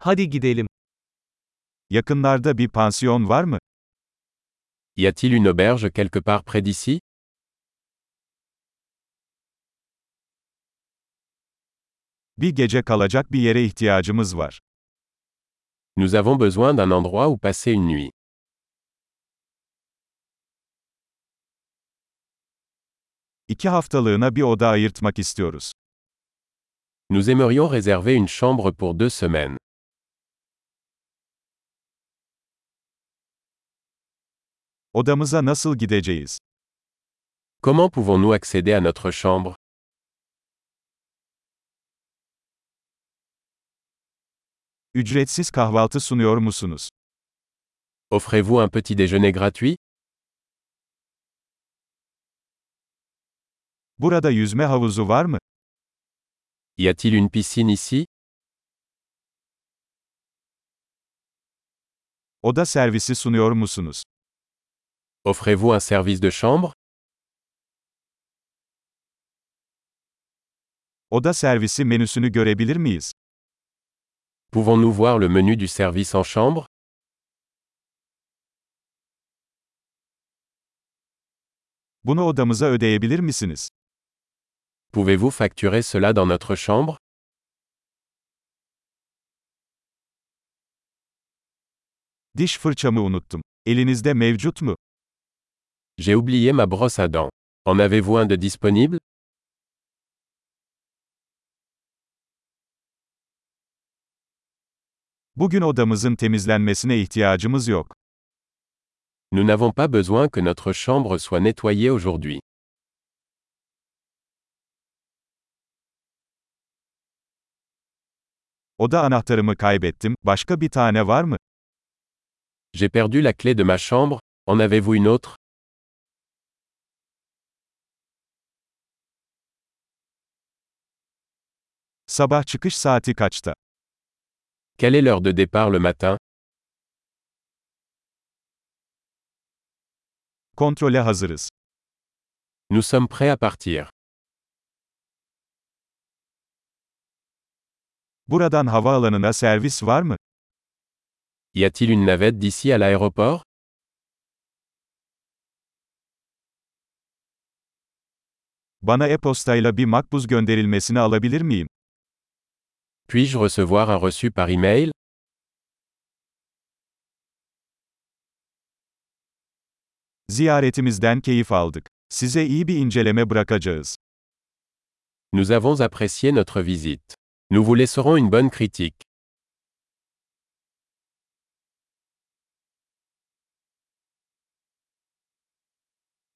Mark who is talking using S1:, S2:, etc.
S1: Hadi gidelim. Yakınlarda bir pansiyon var mı?
S2: Y a-t-il une auberge quelque part près d'ici
S1: Bir gece kalacak bir yere ihtiyacımız var.
S2: Nous avons besoin d'un endroit où passer une nuit.
S1: İki haftalığına bir oda ayırtmak istiyoruz.
S2: Nous aimerions réserver une chambre pour deux semaines.
S1: Odamıza nasıl gideceğiz?
S2: Comment pouvons-nous accéder à notre chambre
S1: Ücretsiz kahvaltı sunuyor musunuz?
S2: Offrez-vous un petit déjeuner gratuit
S1: Burada yüzme havuzu var mı?
S2: Y a-t-il une piscine ici
S1: Oda servisi sunuyor musunuz?
S2: Offrez-vous un service de chambre
S1: Oda servisi menüsünü görebilir miyiz?
S2: Pouvons-nous voir le menu du service en chambre
S1: Bunu odamıza ödeyebilir misiniz?
S2: Pouvez-vous facturer cela dans notre chambre
S1: Diş fırçamı unuttum. Elinizde mevcut mu?
S2: J'ai oublié ma brosse à dents. En avez-vous un de disponible
S1: Bugün odamızın temizlenmesine ihtiyacımız yok.
S2: Nous n'avons pas besoin que notre chambre soit nettoyée aujourd'hui.
S1: Oda anahtarımı kaybettim. Başka bir tane var mı?
S2: J'ai perdu la clé de ma chambre, en avez-vous une autre
S1: Sabah çıkış saati kaçta?
S2: Quelle est l'heure de départ le matin
S1: Kontrole hazırız.
S2: Nous sommes prêts à partir.
S1: Buradan havaalanına servis var mı?
S2: Y a-t-il une navette d'ici à l'aéroport
S1: Bana e-postayla bir makbuz gönderilmesini alabilir miyim?
S2: Puis-je recevoir un reçu par email
S1: Ziyaretimizden keyif aldık. Size iyi bir inceleme bırakacağız.
S2: Nous avons apprécié notre visite. Nous vous laisserons une bonne critique.